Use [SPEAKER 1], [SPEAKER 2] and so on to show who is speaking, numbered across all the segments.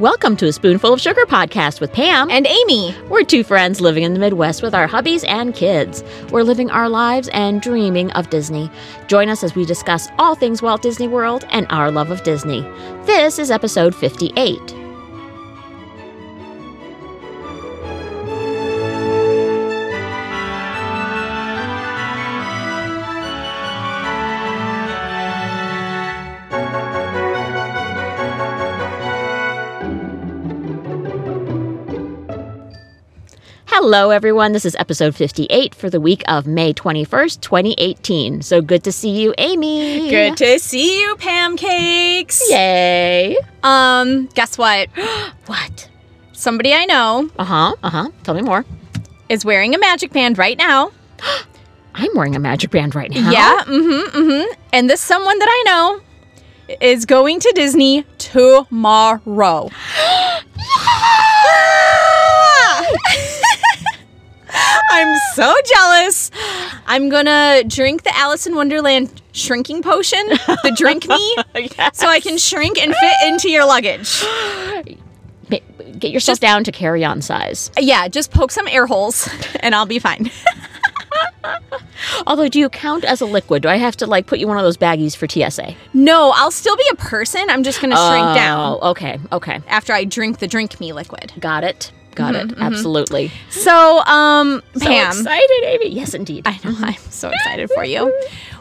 [SPEAKER 1] Welcome to a Spoonful of Sugar podcast with Pam.
[SPEAKER 2] And Amy.
[SPEAKER 1] We're two friends living in the Midwest with our hubbies and kids. We're living our lives and dreaming of Disney. Join us as we discuss all things Walt Disney World and our love of Disney. This is episode 58. Hello, everyone. This is episode 58 for the week of May 21st, 2018. So good to see you, Amy.
[SPEAKER 2] Good to see you, pancakes.
[SPEAKER 1] Yay.
[SPEAKER 2] Um, guess what?
[SPEAKER 1] What?
[SPEAKER 2] Somebody I know
[SPEAKER 1] Uh huh. Uh huh. Tell me more.
[SPEAKER 2] is wearing a magic band right now.
[SPEAKER 1] I'm wearing a magic band right now.
[SPEAKER 2] Yeah. Mm-hmm. Mm-hmm. And this someone that I know is going to Disney tomorrow. I'm so jealous. I'm gonna drink the Alice in Wonderland shrinking potion, the drink me,
[SPEAKER 1] yes.
[SPEAKER 2] so I can shrink and fit into your luggage.
[SPEAKER 1] Get yourself down to carry on size.
[SPEAKER 2] Yeah, just poke some air holes and I'll be fine.
[SPEAKER 1] Although, do you count as a liquid? Do I have to like put you in one of those baggies for TSA?
[SPEAKER 2] No, I'll still be a person. I'm just gonna shrink down
[SPEAKER 1] Oh, okay. Okay.
[SPEAKER 2] after I drink the drink me liquid.
[SPEAKER 1] Got it. Got it. Absolutely.
[SPEAKER 2] So, um, Pam,
[SPEAKER 1] So excited, Amy. Yes, indeed.
[SPEAKER 2] I know I'm so excited for you.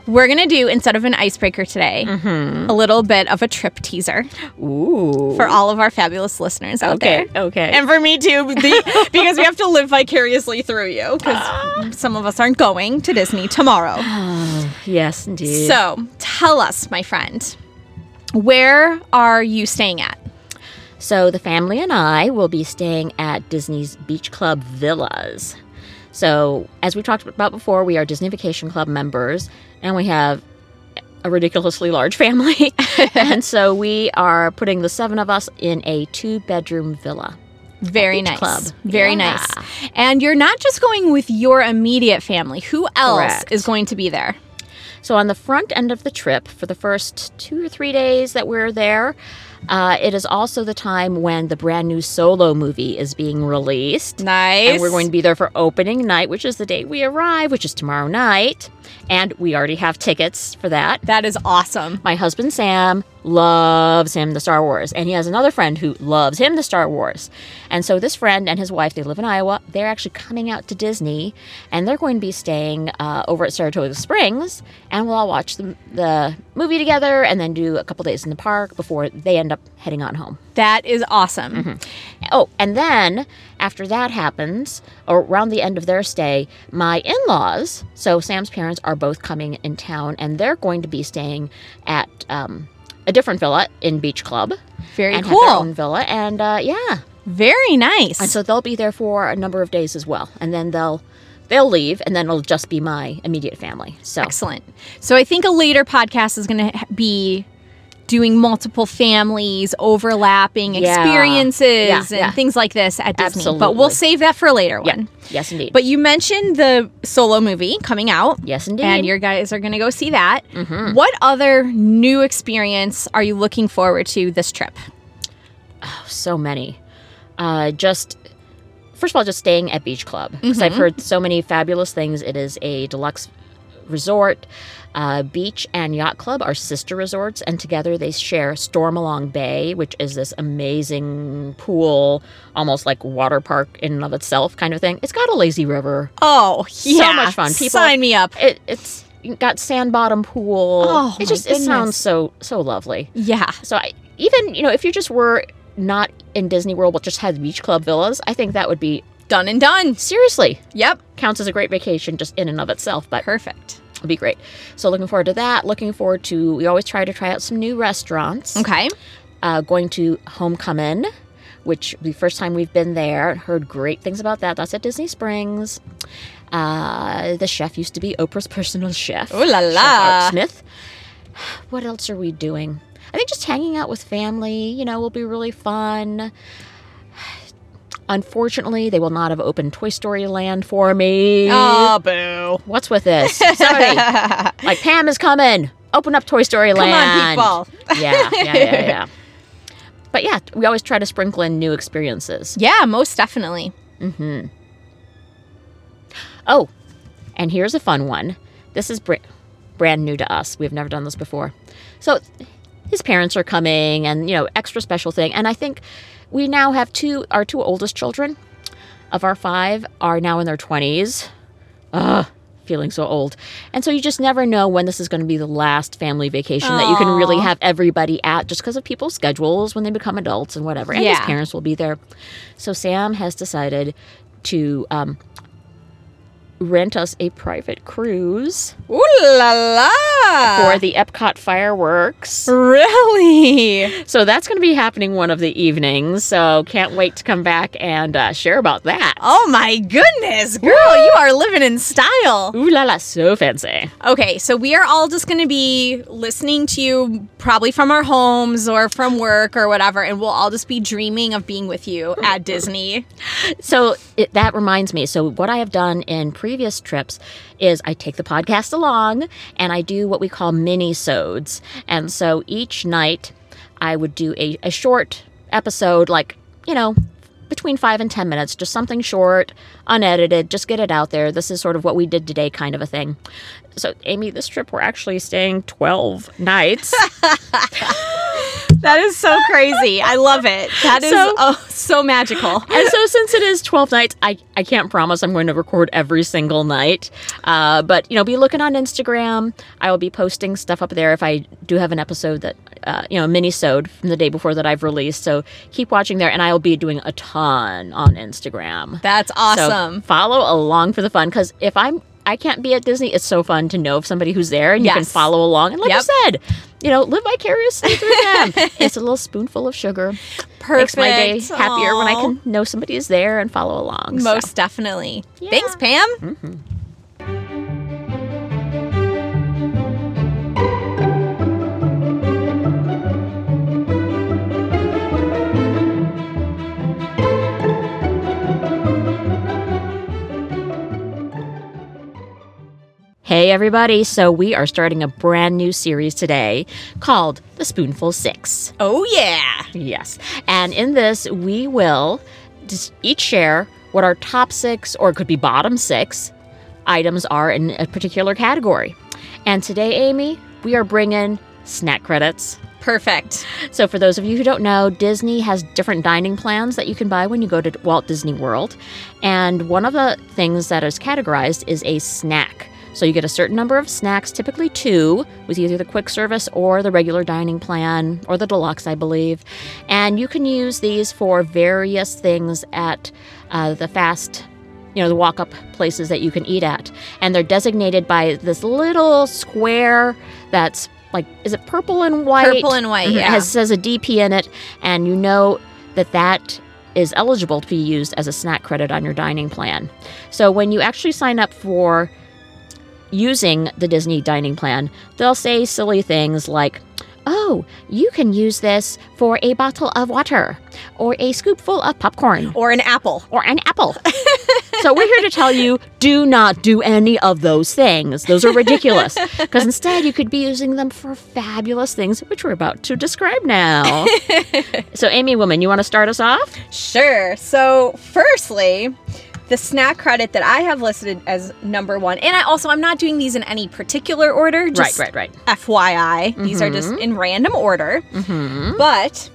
[SPEAKER 2] We're gonna do instead of an icebreaker today, a little bit of a trip teaser
[SPEAKER 1] Ooh.
[SPEAKER 2] for all of our fabulous listeners out
[SPEAKER 1] okay.
[SPEAKER 2] there.
[SPEAKER 1] Okay.
[SPEAKER 2] And for me too, the, because we have to live vicariously through you because some of us aren't going to Disney tomorrow.
[SPEAKER 1] yes, indeed.
[SPEAKER 2] Ah. So tell us, my friend, where are you staying at?
[SPEAKER 1] So the family and I will be staying at Disney's Beach Club Villas. So, as we talked about before, we are Disney Vacation Club members and we have a ridiculously large family. and so we are putting the seven of us in a two bedroom villa.
[SPEAKER 2] Very
[SPEAKER 1] Beach
[SPEAKER 2] nice.
[SPEAKER 1] Club.
[SPEAKER 2] Very
[SPEAKER 1] Yeah.
[SPEAKER 2] nice. And you're not just going with your immediate family. Who else
[SPEAKER 1] Correct.
[SPEAKER 2] is going to be there?
[SPEAKER 1] So, on the front end of the trip, for the first two or three days that we're there, uh, it is also the time when the brand new solo movie is being released.
[SPEAKER 2] Nice.
[SPEAKER 1] And we're going to be there for opening night, which is the day we arrive, which is tomorrow night. And we already have tickets for that.
[SPEAKER 2] That is awesome.
[SPEAKER 1] My husband Sam loves him the Star Wars, and he has another friend who loves him the Star Wars. And so this friend and his wife, they live in Iowa. They're actually coming out to Disney, and they're going to be staying uh, over at Saratoga Springs, and we'll all watch the, the movie together, and then do a couple days in the park before they end up heading on home.
[SPEAKER 2] That is awesome.
[SPEAKER 1] Oh, and then after that happens, or around the end of their stay, my in laws, so Sam's parents, are both coming in town and they're going to be staying at um, a different villa in Beach Club.
[SPEAKER 2] Very
[SPEAKER 1] and Have their
[SPEAKER 2] cool.
[SPEAKER 1] own villa. And uh, yeah.
[SPEAKER 2] Very nice.
[SPEAKER 1] And so they'll be there for a number of days as well. And then they'll. They'll leave, and then it'll just be my immediate family. So,
[SPEAKER 2] Excellent. So I think a later podcast is going to be doing multiple families, overlapping
[SPEAKER 1] Yeah.
[SPEAKER 2] experiences,
[SPEAKER 1] Yeah,
[SPEAKER 2] and
[SPEAKER 1] yeah.
[SPEAKER 2] things like this at Disney. But
[SPEAKER 1] Absolutely.
[SPEAKER 2] we'll save that for a later
[SPEAKER 1] yeah.
[SPEAKER 2] one.
[SPEAKER 1] yes, indeed.
[SPEAKER 2] But you mentioned the solo movie coming out.
[SPEAKER 1] yes, indeed.
[SPEAKER 2] and your guys are going to go see that. What other new experience are you looking forward to this trip?
[SPEAKER 1] so many. Uh, just first of all, just staying at Beach Club because
[SPEAKER 2] Mm-hmm.
[SPEAKER 1] I've heard so many fabulous things. It is a deluxe resort. Uh, Beach and Yacht Club are sister resorts, and together they share Stormalong Bay, which is this amazing pool, almost like water park in and of itself, kind of thing. It's got a lazy river.
[SPEAKER 2] Oh, yeah.
[SPEAKER 1] much fun. People-
[SPEAKER 2] Sign me up.
[SPEAKER 1] It, it's got sand bottom pool.
[SPEAKER 2] Oh,
[SPEAKER 1] it
[SPEAKER 2] my
[SPEAKER 1] just it sounds
[SPEAKER 2] goodness.
[SPEAKER 1] so so lovely.
[SPEAKER 2] Yeah.
[SPEAKER 1] So I, even you know, if you just were not in Disney World but just had beach club villas, I think that would be
[SPEAKER 2] Done and done.
[SPEAKER 1] seriously
[SPEAKER 2] Yep.
[SPEAKER 1] counts as a great vacation just in and of itself. But
[SPEAKER 2] Perfect.
[SPEAKER 1] it'd be great. So looking forward to that. Looking forward to we always try to try out some new restaurants.
[SPEAKER 2] Okay.
[SPEAKER 1] Uh, going to Homecoming. Which the first time we've been there, heard great things about that. That's at Disney Springs. Uh, the chef used to be Oprah's personal chef.
[SPEAKER 2] Ooh la
[SPEAKER 1] Chef Art
[SPEAKER 2] la.
[SPEAKER 1] Smith. What else are we doing? I think just hanging out with family, you know, will be really fun. Unfortunately, they will not have opened Toy Story Land for me.
[SPEAKER 2] Oh, boo.
[SPEAKER 1] What's with this? Sorry. like, Pam is coming. Open up Toy Story
[SPEAKER 2] Come on,
[SPEAKER 1] Land.
[SPEAKER 2] people.
[SPEAKER 1] people. yeah, yeah, yeah, yeah. But yeah, we always try to sprinkle in new experiences.
[SPEAKER 2] Yeah, most definitely.
[SPEAKER 1] Oh, and here's a fun one. This is br- brand new to us. We've never done this before. So his parents are coming and, you know, extra special thing. And I think we now have two, our two oldest children of our five are now in their 20s. Ugh, feeling so old. And so you just never know when this is going to be the last family vacation that you can really have everybody at just because of people's schedules when they become adults and whatever. And his
[SPEAKER 2] Yeah.
[SPEAKER 1] parents will be there. So Sam has decided to um, rent us a private cruise
[SPEAKER 2] Ooh la la!
[SPEAKER 1] for the Epcot fireworks.
[SPEAKER 2] really?
[SPEAKER 1] So that's going to be happening one of the evenings. So can't wait to come back and uh, share about that.
[SPEAKER 2] Oh my goodness, girl, you are living in style.
[SPEAKER 1] Ooh la la, so fancy.
[SPEAKER 2] Okay, so we are all just going to be listening to you probably from our homes or from work or whatever, and we'll all just be dreaming of being with you at Disney.
[SPEAKER 1] So it, that reminds me. So what I have done in previous trips is I take the podcast along and I do what we call mini sodes. And so each night I would do a, a short episode, like, you know, between five and 10 minutes, just something short, unedited, just get it out there. This is sort of what we did today, kind of a thing. So, Amy, this trip we're actually staying 12 nights.
[SPEAKER 2] That is so crazy. I love it. That is
[SPEAKER 1] So-
[SPEAKER 2] oh, so magical.
[SPEAKER 1] and so since it is 12 nights i, I can't promise i'm going to record every single night uh, but you know be looking on instagram i will be posting stuff up there if i do have an episode that uh, you know mini sewed from the day before that i've released so keep watching there and i'll be doing a ton on instagram
[SPEAKER 2] That's
[SPEAKER 1] So
[SPEAKER 2] awesome.
[SPEAKER 1] follow along for the fun because if i'm I can't be at Disney. It's so fun to know of somebody who's there and you can
[SPEAKER 2] Yes.
[SPEAKER 1] follow along. And like
[SPEAKER 2] Yep.
[SPEAKER 1] I said, you know, live vicariously through them. it's a little spoonful of sugar
[SPEAKER 2] Perfect.
[SPEAKER 1] makes my day happier when I
[SPEAKER 2] Aw.
[SPEAKER 1] can know somebody is there and follow along. so.
[SPEAKER 2] Most definitely.
[SPEAKER 1] Yeah. Mm-hmm.
[SPEAKER 2] Thanks, Pam.
[SPEAKER 1] Hey everybody, so we are starting a brand new series today called The Spoonful 6.
[SPEAKER 2] Oh yeah.
[SPEAKER 1] Yes. And in this, we will just each share what our top 6 or it could be bottom 6 items are in a particular category. And today, Amy, we are bringing snack credits.
[SPEAKER 2] Perfect.
[SPEAKER 1] So, for those of you who don't know, Disney has different dining plans that you can buy when you go to Walt Disney World. And one of the things that is categorized is a snack. So, you get a certain number of snacks, typically two, with either the quick service or the regular dining plan or the deluxe, I believe. And you can use these for various things at uh, the fast you know, the walk up places that you can eat at. And they're designated by this little square that's like, is it purple and white?
[SPEAKER 2] Purple and white,
[SPEAKER 1] Mhm. It
[SPEAKER 2] Mm-hmm. yeah.
[SPEAKER 1] has, says a DP in it. And you know that that is eligible to be used as a snack credit on your dining plan. So when you actually sign up for using the Disney dining plan, they'll say silly things like, Oh, you can use this for a bottle of water or a scoopful of popcorn
[SPEAKER 2] Or an apple.
[SPEAKER 1] or an apple. so we're here to tell you do not do any of those things. Those are ridiculous. Because instead, you could be using them for fabulous things, which we're about to describe now. so, Amy Woman, you want to start us off?
[SPEAKER 2] Sure. So, firstly, the snack credit that I have listed as number one, and I also I'm not doing these in any particular order. Just
[SPEAKER 1] right, right, right.
[SPEAKER 2] FYI, these are just in random order.
[SPEAKER 1] Mm-hmm.
[SPEAKER 2] But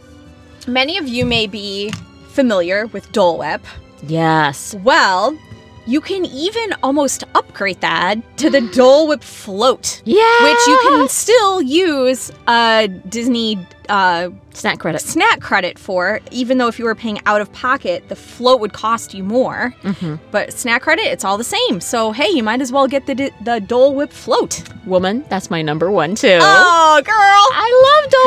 [SPEAKER 2] many of you may be familiar with Dole Whip.
[SPEAKER 1] Yes.
[SPEAKER 2] Well, you can even almost upgrade that to the Dole Whip float,
[SPEAKER 1] Yeah.
[SPEAKER 2] which you can still use a Disney uh,
[SPEAKER 1] snack credit.
[SPEAKER 2] snack credit for, even though if you were paying out of pocket, the float would cost you more.
[SPEAKER 1] Mm-hmm.
[SPEAKER 2] But snack credit, it's all the same. So hey, you might as well get the the Dole Whip float.
[SPEAKER 1] Woman, that's my number one too.
[SPEAKER 2] Oh, girl.
[SPEAKER 1] I love Dole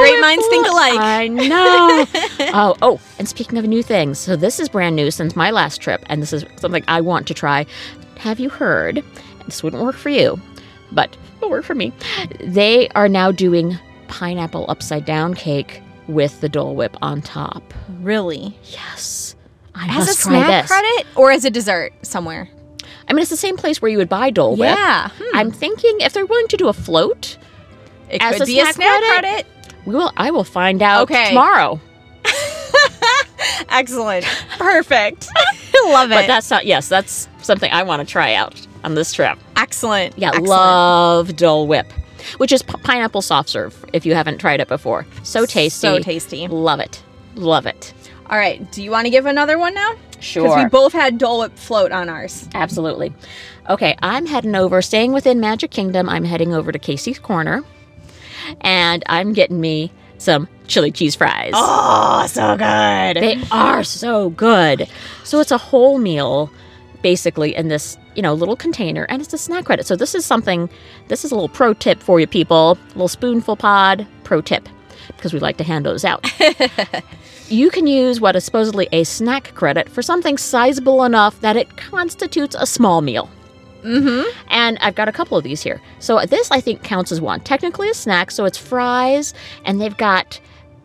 [SPEAKER 1] Whip
[SPEAKER 2] Great minds think
[SPEAKER 1] Float.
[SPEAKER 2] alike.
[SPEAKER 1] I know. oh, oh, and speaking of new things, so this is brand new since my last trip, and this is something I want to try. Have you heard? This wouldn't work for you, but it'll work for me. They are now doing pineapple upside down cake with the Dole Whip on top.
[SPEAKER 2] Really?
[SPEAKER 1] Yes. I
[SPEAKER 2] As a
[SPEAKER 1] must try
[SPEAKER 2] snack
[SPEAKER 1] this.
[SPEAKER 2] credit or as a dessert somewhere?
[SPEAKER 1] I mean, it's the same place where you would buy Dole Whip.
[SPEAKER 2] yeah. Hmm.
[SPEAKER 1] I'm thinking if they're willing to do a float,
[SPEAKER 2] It
[SPEAKER 1] as
[SPEAKER 2] could
[SPEAKER 1] a
[SPEAKER 2] be
[SPEAKER 1] snack
[SPEAKER 2] a snack
[SPEAKER 1] credit?
[SPEAKER 2] credit.
[SPEAKER 1] we will. I will find out
[SPEAKER 2] Okay.
[SPEAKER 1] tomorrow.
[SPEAKER 2] Excellent. Perfect. Love it.
[SPEAKER 1] But that's not, yes, that's something I want to try out on this trip.
[SPEAKER 2] Excellent.
[SPEAKER 1] Yeah,
[SPEAKER 2] Excellent.
[SPEAKER 1] love Dole Whip, which is p- pineapple soft serve if you haven't tried it before. So tasty.
[SPEAKER 2] So tasty.
[SPEAKER 1] Love it. Love it.
[SPEAKER 2] All right. Do you want to give another one now? Because
[SPEAKER 1] Sure.
[SPEAKER 2] we both had Dole Whip float on ours.
[SPEAKER 1] Absolutely. Okay, I'm heading over, staying within Magic Kingdom, I'm heading over to Casey's Corner and I'm getting me some chili cheese fries.
[SPEAKER 2] Oh, so good.
[SPEAKER 1] They are so good. So it's a whole meal basically in this, you know, little container and it's a snack credit. So this is something this is a little pro tip for you people, little spoonful pod pro tip because we like to hand those out. you can use what is supposedly a snack credit for something sizable enough that it constitutes a small meal.
[SPEAKER 2] mm-hmm.
[SPEAKER 1] And I've got a couple of these here. So this I think counts as one. Technically a snack, so it's fries and they've got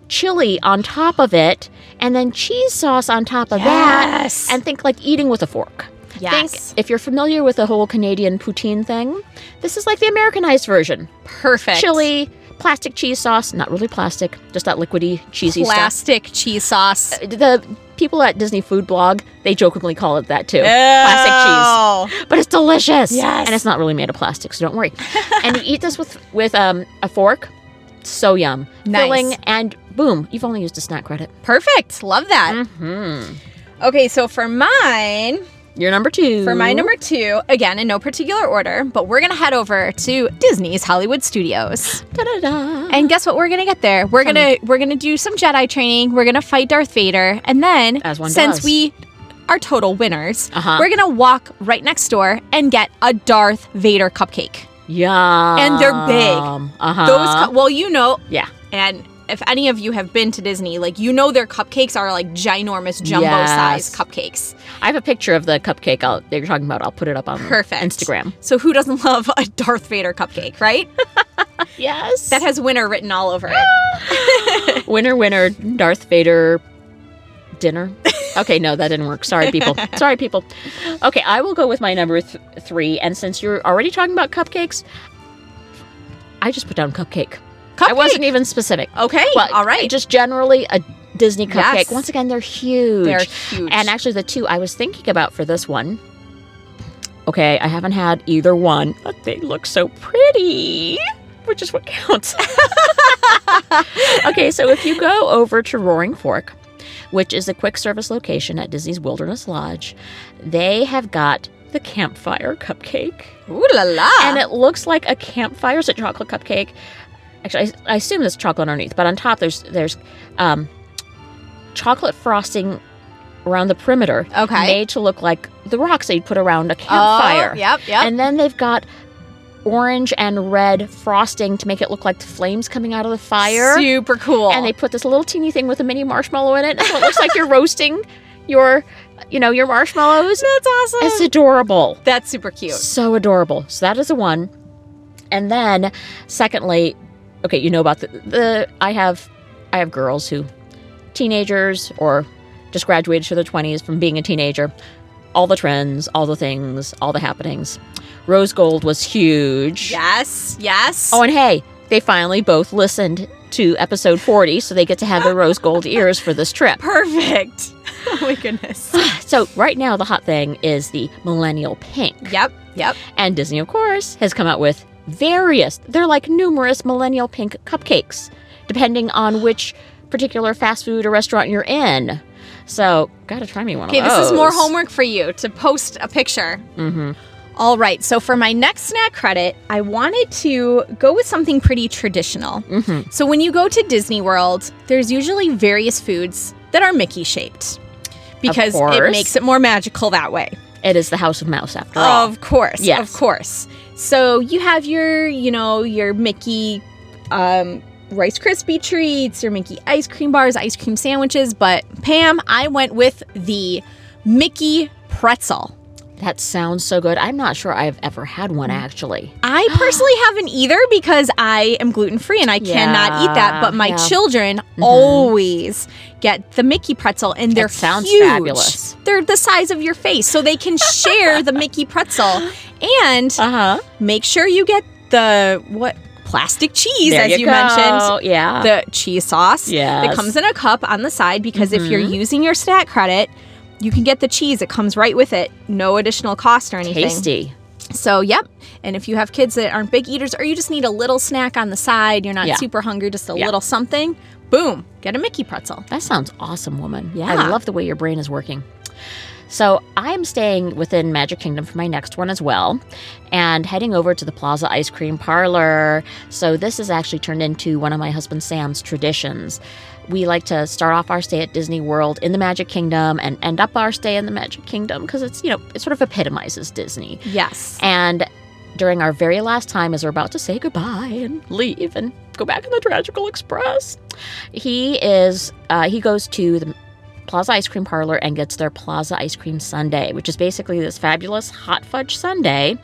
[SPEAKER 1] chili on top of it and then cheese sauce on top of that.
[SPEAKER 2] Yes.
[SPEAKER 1] And think like eating with a fork.
[SPEAKER 2] yes.
[SPEAKER 1] Think if you're familiar with the whole Canadian poutine thing, this is like the Americanized version.
[SPEAKER 2] Perfect.
[SPEAKER 1] Chili, plastic cheese sauce, not really plastic, just that liquidy cheesy stuff.
[SPEAKER 2] Plastic cheese sauce.
[SPEAKER 1] The people at Disney Food Blog, they jokingly call it that too. Plastic cheese.
[SPEAKER 2] cheese.
[SPEAKER 1] but it's delicious.
[SPEAKER 2] Yes.
[SPEAKER 1] And it's not really made of plastic, so don't worry. and you eat this with with um, a fork. So yum.
[SPEAKER 2] Nice.
[SPEAKER 1] Filling and boom, you've only used a snack credit.
[SPEAKER 2] Perfect. Love that.
[SPEAKER 1] Mm-hmm.
[SPEAKER 2] Okay, so for mine,
[SPEAKER 1] You're number two.
[SPEAKER 2] for my number two, again in no particular order, but we're gonna head over to Disney's Hollywood Studios.
[SPEAKER 1] Da-da-da.
[SPEAKER 2] And guess what we're gonna get there? We're gonna we're gonna do some Jedi training. We're gonna fight Darth Vader, and then
[SPEAKER 1] As one
[SPEAKER 2] since
[SPEAKER 1] does.
[SPEAKER 2] we are total winners,
[SPEAKER 1] Uh-huh.
[SPEAKER 2] we're gonna walk right next door and get a Darth Vader cupcake.
[SPEAKER 1] Yum.
[SPEAKER 2] And they're big.
[SPEAKER 1] Uh-huh.
[SPEAKER 2] Those cu- well, you know,
[SPEAKER 1] yeah.
[SPEAKER 2] and if any of you have been to Disney, like you know, their cupcakes are like ginormous jumbo size
[SPEAKER 1] Yes.
[SPEAKER 2] cupcakes.
[SPEAKER 1] I have a picture of the cupcake I'll, that you're talking about. I'll put it up on
[SPEAKER 2] Perfect.
[SPEAKER 1] Instagram.
[SPEAKER 2] So who doesn't love a Darth Vader cupcake, right?
[SPEAKER 1] Yes.
[SPEAKER 2] That has winner written all over it.
[SPEAKER 1] Ah, winner, winner, Darth Vader dinner. Okay, no, that didn't work. Sorry, people. Sorry, people. Okay, I will go with my number th- three. And since you're already talking about cupcakes, I just put down cupcake.
[SPEAKER 2] Cupcake.
[SPEAKER 1] I wasn't even specific.
[SPEAKER 2] okay.
[SPEAKER 1] Well,
[SPEAKER 2] all right.
[SPEAKER 1] Just generally a Disney cupcake.
[SPEAKER 2] Yes.
[SPEAKER 1] Once again, they're huge.
[SPEAKER 2] They're huge.
[SPEAKER 1] And actually, the two I was thinking about for this one. Okay, I haven't had either one, but they look so pretty, which is what counts. okay, so if you go over to Roaring Fork, which is a quick service location at Disney's Wilderness Lodge, they have got the campfire cupcake.
[SPEAKER 2] Ooh la la.
[SPEAKER 1] And it looks like a campfire. It's a chocolate cupcake. Actually, I, I assume there's chocolate underneath, but on top there's there's um, chocolate frosting around the perimeter,
[SPEAKER 2] Okay.
[SPEAKER 1] made to look like the rocks they'd put around a campfire.
[SPEAKER 2] Oh, yep. Yep.
[SPEAKER 1] And then they've got orange and red frosting to make it look like the flames coming out of the fire.
[SPEAKER 2] Super cool.
[SPEAKER 1] And they put this little teeny thing with a mini marshmallow in it, so it looks like you're roasting your, you know, your marshmallows.
[SPEAKER 2] that's awesome.
[SPEAKER 1] It's adorable.
[SPEAKER 2] that's super cute.
[SPEAKER 1] So adorable. So that is the one. And then, secondly, okay, you know about the, the I have I have girls who teenagers or just graduated to their 20s from being a teenager. All the trends, all the things, all the happenings. Rose gold was huge.
[SPEAKER 2] Yes. Yes.
[SPEAKER 1] Oh, and hey, they finally both listened to episode 40, so they get to have their rose gold ears for this trip.
[SPEAKER 2] perfect. oh my goodness.
[SPEAKER 1] So, right now, the hot thing is the millennial pink.
[SPEAKER 2] yep. Yep.
[SPEAKER 1] And Disney, of course, has come out with various, they're like numerous millennial pink cupcakes, depending on which particular fast food or restaurant you're in. So, gotta try me one
[SPEAKER 2] Okay,
[SPEAKER 1] of those.
[SPEAKER 2] this is more homework for you to post a picture.
[SPEAKER 1] hmm
[SPEAKER 2] All right, so for my next snack credit, I wanted to go with something pretty traditional.
[SPEAKER 1] hmm
[SPEAKER 2] So when you go to Disney World, there's usually various foods that are Mickey shaped because it
[SPEAKER 1] course.
[SPEAKER 2] makes it more magical that way.
[SPEAKER 1] It is the House of Mouse,
[SPEAKER 2] Oh.
[SPEAKER 1] after all.
[SPEAKER 2] Of course,
[SPEAKER 1] Yes.
[SPEAKER 2] of course. So you have your, you know, your Mickey um, Rice Krispie treats, your Mickey ice cream bars, ice cream sandwiches. But Pam, I went with the Mickey pretzel.
[SPEAKER 1] That sounds so good. I'm not sure I've ever had one, actually.
[SPEAKER 2] I personally haven't either because I am gluten free and I cannot eat that.
[SPEAKER 1] Yeah,
[SPEAKER 2] But my
[SPEAKER 1] yeah. Mm-hmm.
[SPEAKER 2] children always get the Mickey pretzel, and they're
[SPEAKER 1] That sounds
[SPEAKER 2] huge.
[SPEAKER 1] fabulous.
[SPEAKER 2] They're the size of your face, so they can share the Mickey pretzel. And
[SPEAKER 1] Uh huh.
[SPEAKER 2] make sure you get the what plastic cheese,
[SPEAKER 1] There
[SPEAKER 2] as you, mentioned.
[SPEAKER 1] go. Yeah.
[SPEAKER 2] The cheese sauce
[SPEAKER 1] yeah.
[SPEAKER 2] that comes in a cup on the side because if you're
[SPEAKER 1] Mhm.
[SPEAKER 2] using your stat credit, you can get the cheese. It comes right with it, no additional cost or anything.
[SPEAKER 1] Tasty.
[SPEAKER 2] So, yep. And if you have kids that aren't big eaters or you just need a little snack on the side, you're not
[SPEAKER 1] Yeah.
[SPEAKER 2] super hungry, just a
[SPEAKER 1] Yeah.
[SPEAKER 2] little something, boom, get a Mickey pretzel.
[SPEAKER 1] That sounds awesome, woman.
[SPEAKER 2] Yeah.
[SPEAKER 1] I love the way your brain is working. So I'm staying within Magic Kingdom for my next one as well, and heading over to the Plaza Ice Cream Parlor. So this has actually turned into one of my husband Sam's traditions. We like to start off our stay at Disney World in the Magic Kingdom and end up our stay in the Magic Kingdom because it's, you know, it sort of epitomizes Disney.
[SPEAKER 2] Yes.
[SPEAKER 1] And during our very last time, as we're about to say goodbye and leave and go back in the Tragical Express, he is uh, he goes to the Plaza Ice Cream Parlor and gets their Plaza Ice Cream Sundae, which is basically this fabulous hot fudge sundae.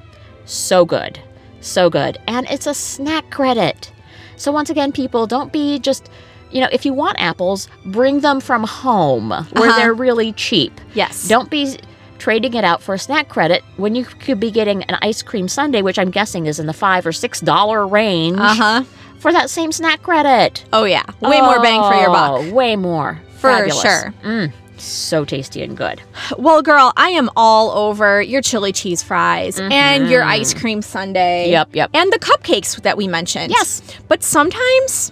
[SPEAKER 1] So good, so good, and it's a snack credit. So once again, people, don't be just you know if you want apples, bring them from home where
[SPEAKER 2] Uh-huh.
[SPEAKER 1] they're really cheap.
[SPEAKER 2] yes.
[SPEAKER 1] Don't be trading it out for a snack credit when you could be getting an ice cream sundae, which I'm guessing is in the five or six dollar range
[SPEAKER 2] Uh huh.
[SPEAKER 1] for that same snack credit.
[SPEAKER 2] Oh, yeah. Way more bang for your buck.
[SPEAKER 1] Oh, Way more.
[SPEAKER 2] For
[SPEAKER 1] Fabulous.
[SPEAKER 2] sure.
[SPEAKER 1] Mm, so tasty and good.
[SPEAKER 2] Well, girl, I am all over your chili cheese fries and your
[SPEAKER 1] Mhm.
[SPEAKER 2] ice cream sundae.
[SPEAKER 1] Yep, yep.
[SPEAKER 2] And the cupcakes that we mentioned.
[SPEAKER 1] Yes.
[SPEAKER 2] But sometimes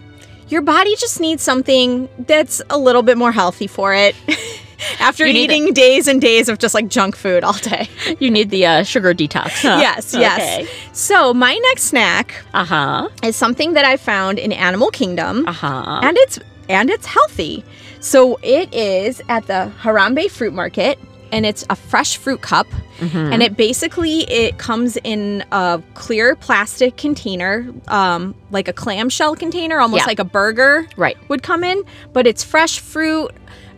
[SPEAKER 2] your body just needs something that's a little bit more healthy for it. After
[SPEAKER 1] You need
[SPEAKER 2] eating days and days of just like junk food all day.
[SPEAKER 1] You need the uh, sugar detox. Huh?
[SPEAKER 2] Yes, yes. So, my next snack
[SPEAKER 1] Uh huh.
[SPEAKER 2] is something that I found in Animal Kingdom
[SPEAKER 1] Uh huh.
[SPEAKER 2] and it's and it's healthy. So, it is at the Harambe Fruit Market and it's a fresh fruit cup
[SPEAKER 1] Mm-hmm.
[SPEAKER 2] and
[SPEAKER 1] Hmm.
[SPEAKER 2] it basically it comes in a clear plastic container um, like a clamshell container almost
[SPEAKER 1] Yeah.
[SPEAKER 2] like a burger
[SPEAKER 1] Right.
[SPEAKER 2] would come in but it's fresh fruit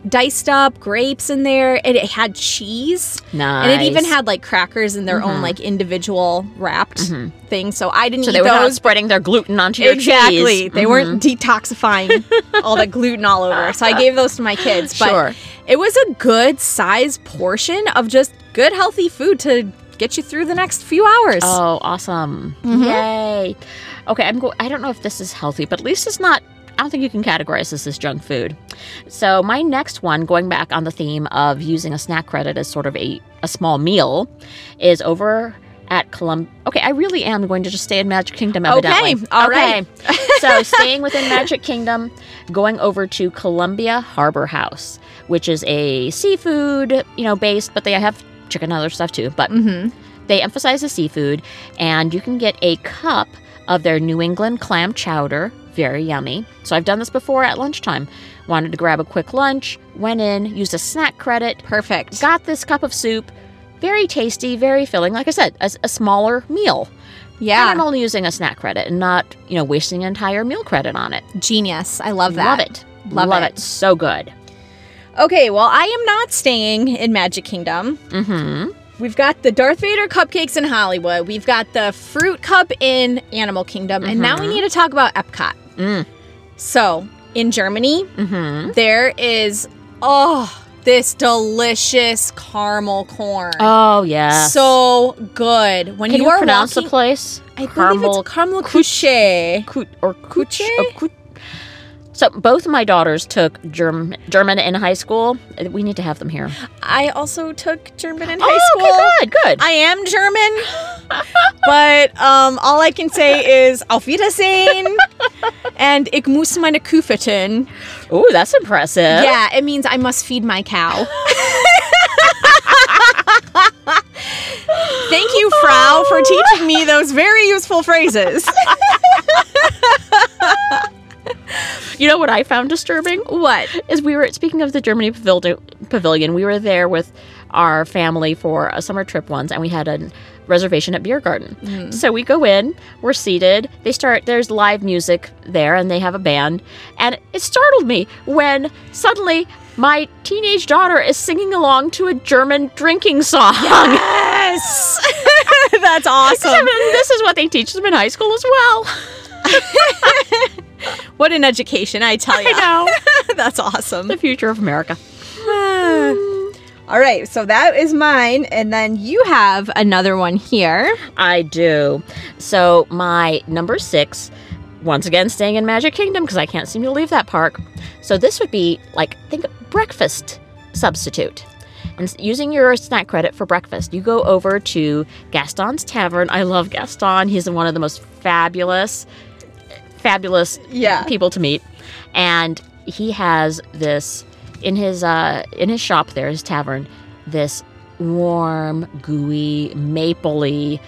[SPEAKER 2] diced up grapes in there and it had cheese
[SPEAKER 1] Nice.
[SPEAKER 2] and it even had like crackers in their own
[SPEAKER 1] Mhm.
[SPEAKER 2] like individual wrapped
[SPEAKER 1] Mhm.
[SPEAKER 2] thing so i didn't
[SPEAKER 1] so
[SPEAKER 2] eat
[SPEAKER 1] they were not
[SPEAKER 2] those
[SPEAKER 1] spreading their gluten onto your
[SPEAKER 2] exactly
[SPEAKER 1] cheese. Mm-hmm.
[SPEAKER 2] they weren't detoxifying all the gluten all over so i gave those to my kids but
[SPEAKER 1] sure.
[SPEAKER 2] it was a good size portion of just good healthy food to get you through the next few hours.
[SPEAKER 1] Oh, awesome!
[SPEAKER 2] Mhm.
[SPEAKER 1] Yay! Okay, I'm go. I don't know if this is healthy, but at least it's not. I don't think you can categorize this as junk food. So my next one, going back on the theme of using a snack credit as sort of a a small meal, is over at Colum. Okay, I really am going to just stay in Magic Kingdom. Evidently.
[SPEAKER 2] Okay, all right.
[SPEAKER 1] so staying within Magic Kingdom, going over to Columbia Harbor House, which is a seafood, you know, based, but they have chicken and other stuff too. But
[SPEAKER 2] hmm
[SPEAKER 1] they emphasize the seafood, and you can get a cup of their New England clam chowder. Very yummy. So I've done this before at lunchtime. Wanted to grab a quick lunch, went in, used a snack credit,
[SPEAKER 2] Perfect.
[SPEAKER 1] got this cup of soup. Very tasty, very filling. Like I said, a, a smaller meal. And I'm
[SPEAKER 2] yeah.
[SPEAKER 1] only using a snack credit and not, you know, wasting an entire meal credit on it.
[SPEAKER 2] Genius. I love that.
[SPEAKER 1] Love it.
[SPEAKER 2] Love it.
[SPEAKER 1] So good.
[SPEAKER 2] Okay, well, I am not staying in Magic Kingdom.
[SPEAKER 1] Mm-hmm.
[SPEAKER 2] We've got the Darth Vader cupcakes in Hollywood. We've got the fruit cup in Animal Kingdom. And now we
[SPEAKER 1] Mhm.
[SPEAKER 2] need to talk about Epcot.
[SPEAKER 1] Mm.
[SPEAKER 2] So, in Germany,
[SPEAKER 1] Mm-hmm.
[SPEAKER 2] there is, oh, this delicious caramel corn.
[SPEAKER 1] Oh yeah.
[SPEAKER 2] So good. When
[SPEAKER 1] Can
[SPEAKER 2] you,
[SPEAKER 1] you,
[SPEAKER 2] are
[SPEAKER 1] pronounce
[SPEAKER 2] walking,
[SPEAKER 1] the place?
[SPEAKER 2] I
[SPEAKER 1] Caramel
[SPEAKER 2] believe it's caramel couche.
[SPEAKER 1] couche. Coot or Cooch.
[SPEAKER 2] Kuche?
[SPEAKER 1] or Coot. So both of my daughters took Germ- German in high school. We need to have them here.
[SPEAKER 2] I also took German in high
[SPEAKER 1] oh,
[SPEAKER 2] school.
[SPEAKER 1] okay, good, good.
[SPEAKER 2] I am German, but um, all I can say is Auf Wiedersehen and ich muss meine Kuh füttern.
[SPEAKER 1] oh, that's impressive.
[SPEAKER 2] Yeah, it means I must feed my cow. Thank you, Frau, for teaching me those very useful phrases.
[SPEAKER 1] You know what I found disturbing
[SPEAKER 2] What?
[SPEAKER 1] is we were speaking of the Germany pavil- pavilion. We were there with our family for a summer trip once, and we had a reservation at Beer Garden. So we go in, we're seated. They start. There's live music there, and they have a band. And it startled me when suddenly my teenage daughter is singing along to a German drinking song.
[SPEAKER 2] Yes! That's
[SPEAKER 1] Except
[SPEAKER 2] awesome.
[SPEAKER 1] this is what they teach them in high school as well.
[SPEAKER 2] What an education, I tell
[SPEAKER 1] I
[SPEAKER 2] you.
[SPEAKER 1] know
[SPEAKER 2] That's awesome.
[SPEAKER 1] the future of America.
[SPEAKER 2] All Ah. All right, so that is mine. And then you have another one here.
[SPEAKER 1] I do. So my number six, once again, staying in Magic Kingdom because I can't seem to leave that park. So this would be like think breakfast substitute. And s- using your snack credit for breakfast, you go over to Gaston's Tavern. I love Gaston. He's one of the most fabulous, fabulous
[SPEAKER 2] Yeah.
[SPEAKER 1] people to meet. And he has this in his uh, in his shop there, his tavern, this warm, gooey, mapley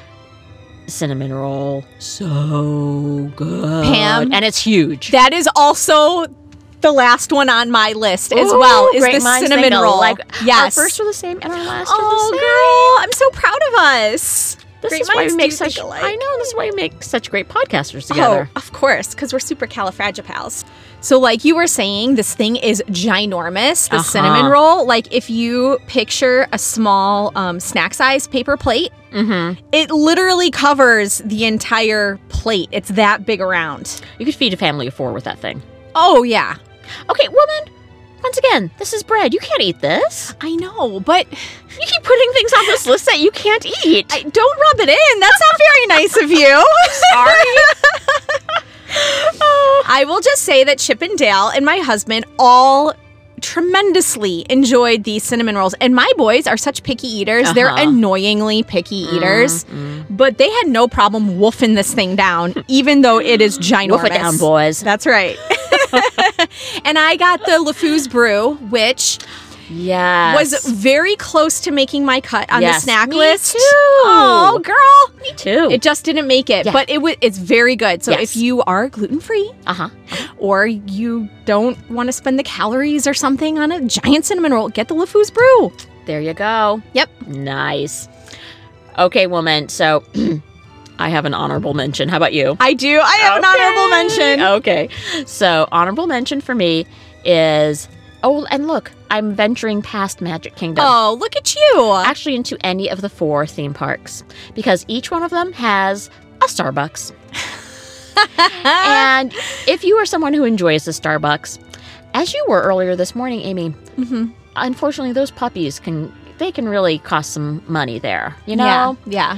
[SPEAKER 1] cinnamon roll. So good.
[SPEAKER 2] Pam?
[SPEAKER 1] And it's huge.
[SPEAKER 2] That is also the last one on my list as
[SPEAKER 1] Ooh,
[SPEAKER 2] well. Is
[SPEAKER 1] great
[SPEAKER 2] the
[SPEAKER 1] minds
[SPEAKER 2] cinnamon
[SPEAKER 1] think
[SPEAKER 2] roll?
[SPEAKER 1] alike.
[SPEAKER 2] yes.
[SPEAKER 1] Our first are the same and our last are the same.
[SPEAKER 2] oh, girl, I'm so proud of us.
[SPEAKER 1] This
[SPEAKER 2] great
[SPEAKER 1] is why
[SPEAKER 2] minds
[SPEAKER 1] we
[SPEAKER 2] do
[SPEAKER 1] make
[SPEAKER 2] think
[SPEAKER 1] such
[SPEAKER 2] alike.
[SPEAKER 1] I know this is why we make such great podcasters together.
[SPEAKER 2] Oh, of course, because we're super califragipals. So, like you were saying, this thing is ginormous. The
[SPEAKER 1] Uh-huh.
[SPEAKER 2] cinnamon roll, like if you picture a small um, snack size paper plate,
[SPEAKER 1] Mm-hmm.
[SPEAKER 2] it literally covers the entire plate. It's that big around.
[SPEAKER 1] You could feed a family of four with that thing.
[SPEAKER 2] Oh, yeah.
[SPEAKER 1] Okay, woman. Once again, this is bread. You can't eat this.
[SPEAKER 2] I know, but
[SPEAKER 1] You keep putting things on this list that you can't eat.
[SPEAKER 2] I, don't rub it in. That's not very nice of you. I will just say that Chip and Dale and my husband all tremendously enjoyed these cinnamon rolls. And my boys are such picky eaters. They're
[SPEAKER 1] Uh-huh.
[SPEAKER 2] annoyingly picky eaters.
[SPEAKER 1] Mm,
[SPEAKER 2] But they had no problem woofing this thing down, even though it is
[SPEAKER 1] mm.
[SPEAKER 2] ginormous.
[SPEAKER 1] Wolf it down, boys.
[SPEAKER 2] That's right. and I got the LeFou's brew, which
[SPEAKER 1] Yes.
[SPEAKER 2] was very close to making my cut on the
[SPEAKER 1] Yes.
[SPEAKER 2] snack
[SPEAKER 1] Me
[SPEAKER 2] list.
[SPEAKER 1] too.
[SPEAKER 2] Oh, girl.
[SPEAKER 1] me too.
[SPEAKER 2] It just didn't make it,
[SPEAKER 1] Yeah.
[SPEAKER 2] but it was it's very good. So if
[SPEAKER 1] Yes.
[SPEAKER 2] you are gluten free
[SPEAKER 1] uh huh.
[SPEAKER 2] or you don't want to spend the calories or something on a giant cinnamon roll, get the LeFou's brew.
[SPEAKER 1] There you go.
[SPEAKER 2] Yep.
[SPEAKER 1] Nice. Okay, woman. So I have an honorable mention. How about you?
[SPEAKER 2] I do. I have an honorable
[SPEAKER 1] Okay.
[SPEAKER 2] mention.
[SPEAKER 1] Okay. So, honorable mention for me is oh, and look, I'm venturing past Magic Kingdom.
[SPEAKER 2] Oh, look at you.
[SPEAKER 1] Actually, into any of the four theme parks because each one of them has a Starbucks.
[SPEAKER 2] Uh-huh.
[SPEAKER 1] And if you are someone who enjoys the Starbucks, as you were earlier this morning, Amy,
[SPEAKER 2] Mhm.
[SPEAKER 1] unfortunately, those puppies can they can really cost some money there, you know.
[SPEAKER 2] Yeah. yeah.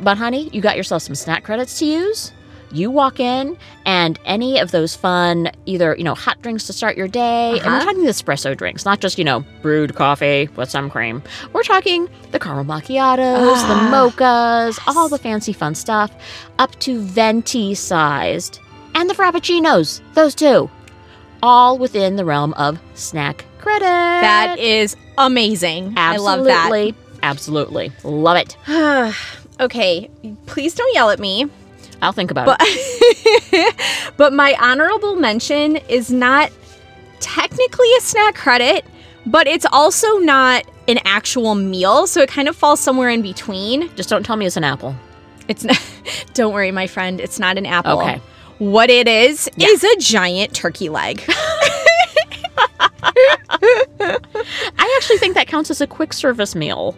[SPEAKER 1] But honey, you got yourself some snack credits to use. You walk in, and any of those fun, either you know, hot drinks to start your day, and
[SPEAKER 2] Uh-huh.
[SPEAKER 1] we're talking the espresso drinks, not just you know, brewed coffee with some cream. We're talking the caramel macchiatos,
[SPEAKER 2] Ah,
[SPEAKER 1] the mochas, all
[SPEAKER 2] yes.
[SPEAKER 1] the fancy fun stuff, up to venti sized, and the frappuccinos. Those two, all within the realm of snack credit.
[SPEAKER 2] That is amazing.
[SPEAKER 1] absolutely,
[SPEAKER 2] I love
[SPEAKER 1] absolutely love it.
[SPEAKER 2] that. okay, please don't yell at me.
[SPEAKER 1] I'll think about
[SPEAKER 2] But but my honorable mention is not technically a snack credit, but it's also not an actual meal, so it kind of falls somewhere in between.
[SPEAKER 1] it. Just don't tell me it's an apple.
[SPEAKER 2] It's not, don't worry, my friend, it's not an apple.
[SPEAKER 1] Okay.
[SPEAKER 2] What it is
[SPEAKER 1] Yeah.
[SPEAKER 2] is a giant turkey leg.
[SPEAKER 1] I actually think that counts as a quick service meal.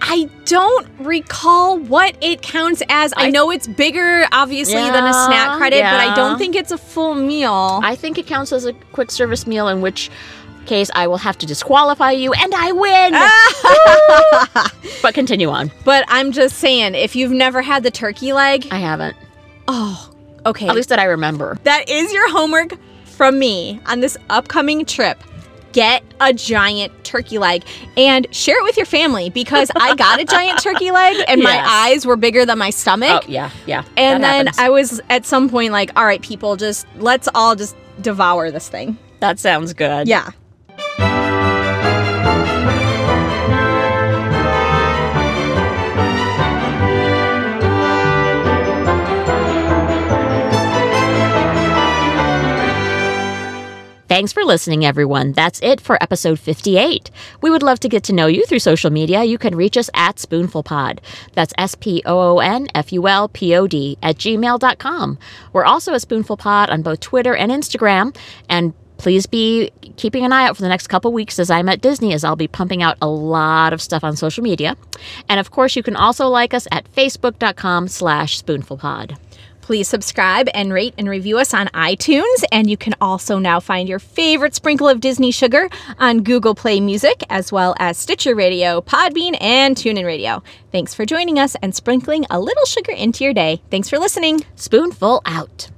[SPEAKER 2] I don't recall what it counts as. I,
[SPEAKER 1] I-
[SPEAKER 2] know it's bigger, obviously, than a snack
[SPEAKER 1] Yeah,
[SPEAKER 2] credit, but I
[SPEAKER 1] yeah.
[SPEAKER 2] don't think it's a full meal.
[SPEAKER 1] I think it counts as a quick service meal, in which case I will have to disqualify you and I win.
[SPEAKER 2] Ah!
[SPEAKER 1] But continue on.
[SPEAKER 2] But I'm just saying, if you've never had the turkey leg,
[SPEAKER 1] I haven't.
[SPEAKER 2] oh, okay.
[SPEAKER 1] At least that I remember.
[SPEAKER 2] that is your homework from me on this upcoming trip. Get a giant turkey leg and share it with your family because I got a giant turkey leg and my
[SPEAKER 1] Yes.
[SPEAKER 2] eyes were bigger than my
[SPEAKER 1] Oh,
[SPEAKER 2] stomach.
[SPEAKER 1] yeah, yeah.
[SPEAKER 2] and
[SPEAKER 1] that
[SPEAKER 2] then
[SPEAKER 1] happens.
[SPEAKER 2] I was at some point like, all right, people, just let's all just devour this thing.
[SPEAKER 1] that sounds good.
[SPEAKER 2] Yeah.
[SPEAKER 1] Thanks for listening, everyone. That's it for episode 58. We would love to get to know you through social media. You can reach us at SpoonfulPod. That's S P O O N F U L P O D at gmail.com. We're also a Spoonful Pod on both Twitter and Instagram. And please be keeping an eye out for the next couple weeks as I'm at Disney, as I'll be pumping out a lot of stuff on social media. And of course, you can also like us at facebook.com slash spoonfulpod.
[SPEAKER 2] Please subscribe and rate and review us on iTunes. And you can also now find your favorite sprinkle of Disney sugar on Google Play Music, as well as Stitcher Radio, Podbean, and TuneIn Radio. Thanks for joining us and sprinkling a little sugar into your day. Thanks for listening.
[SPEAKER 1] Spoonful out.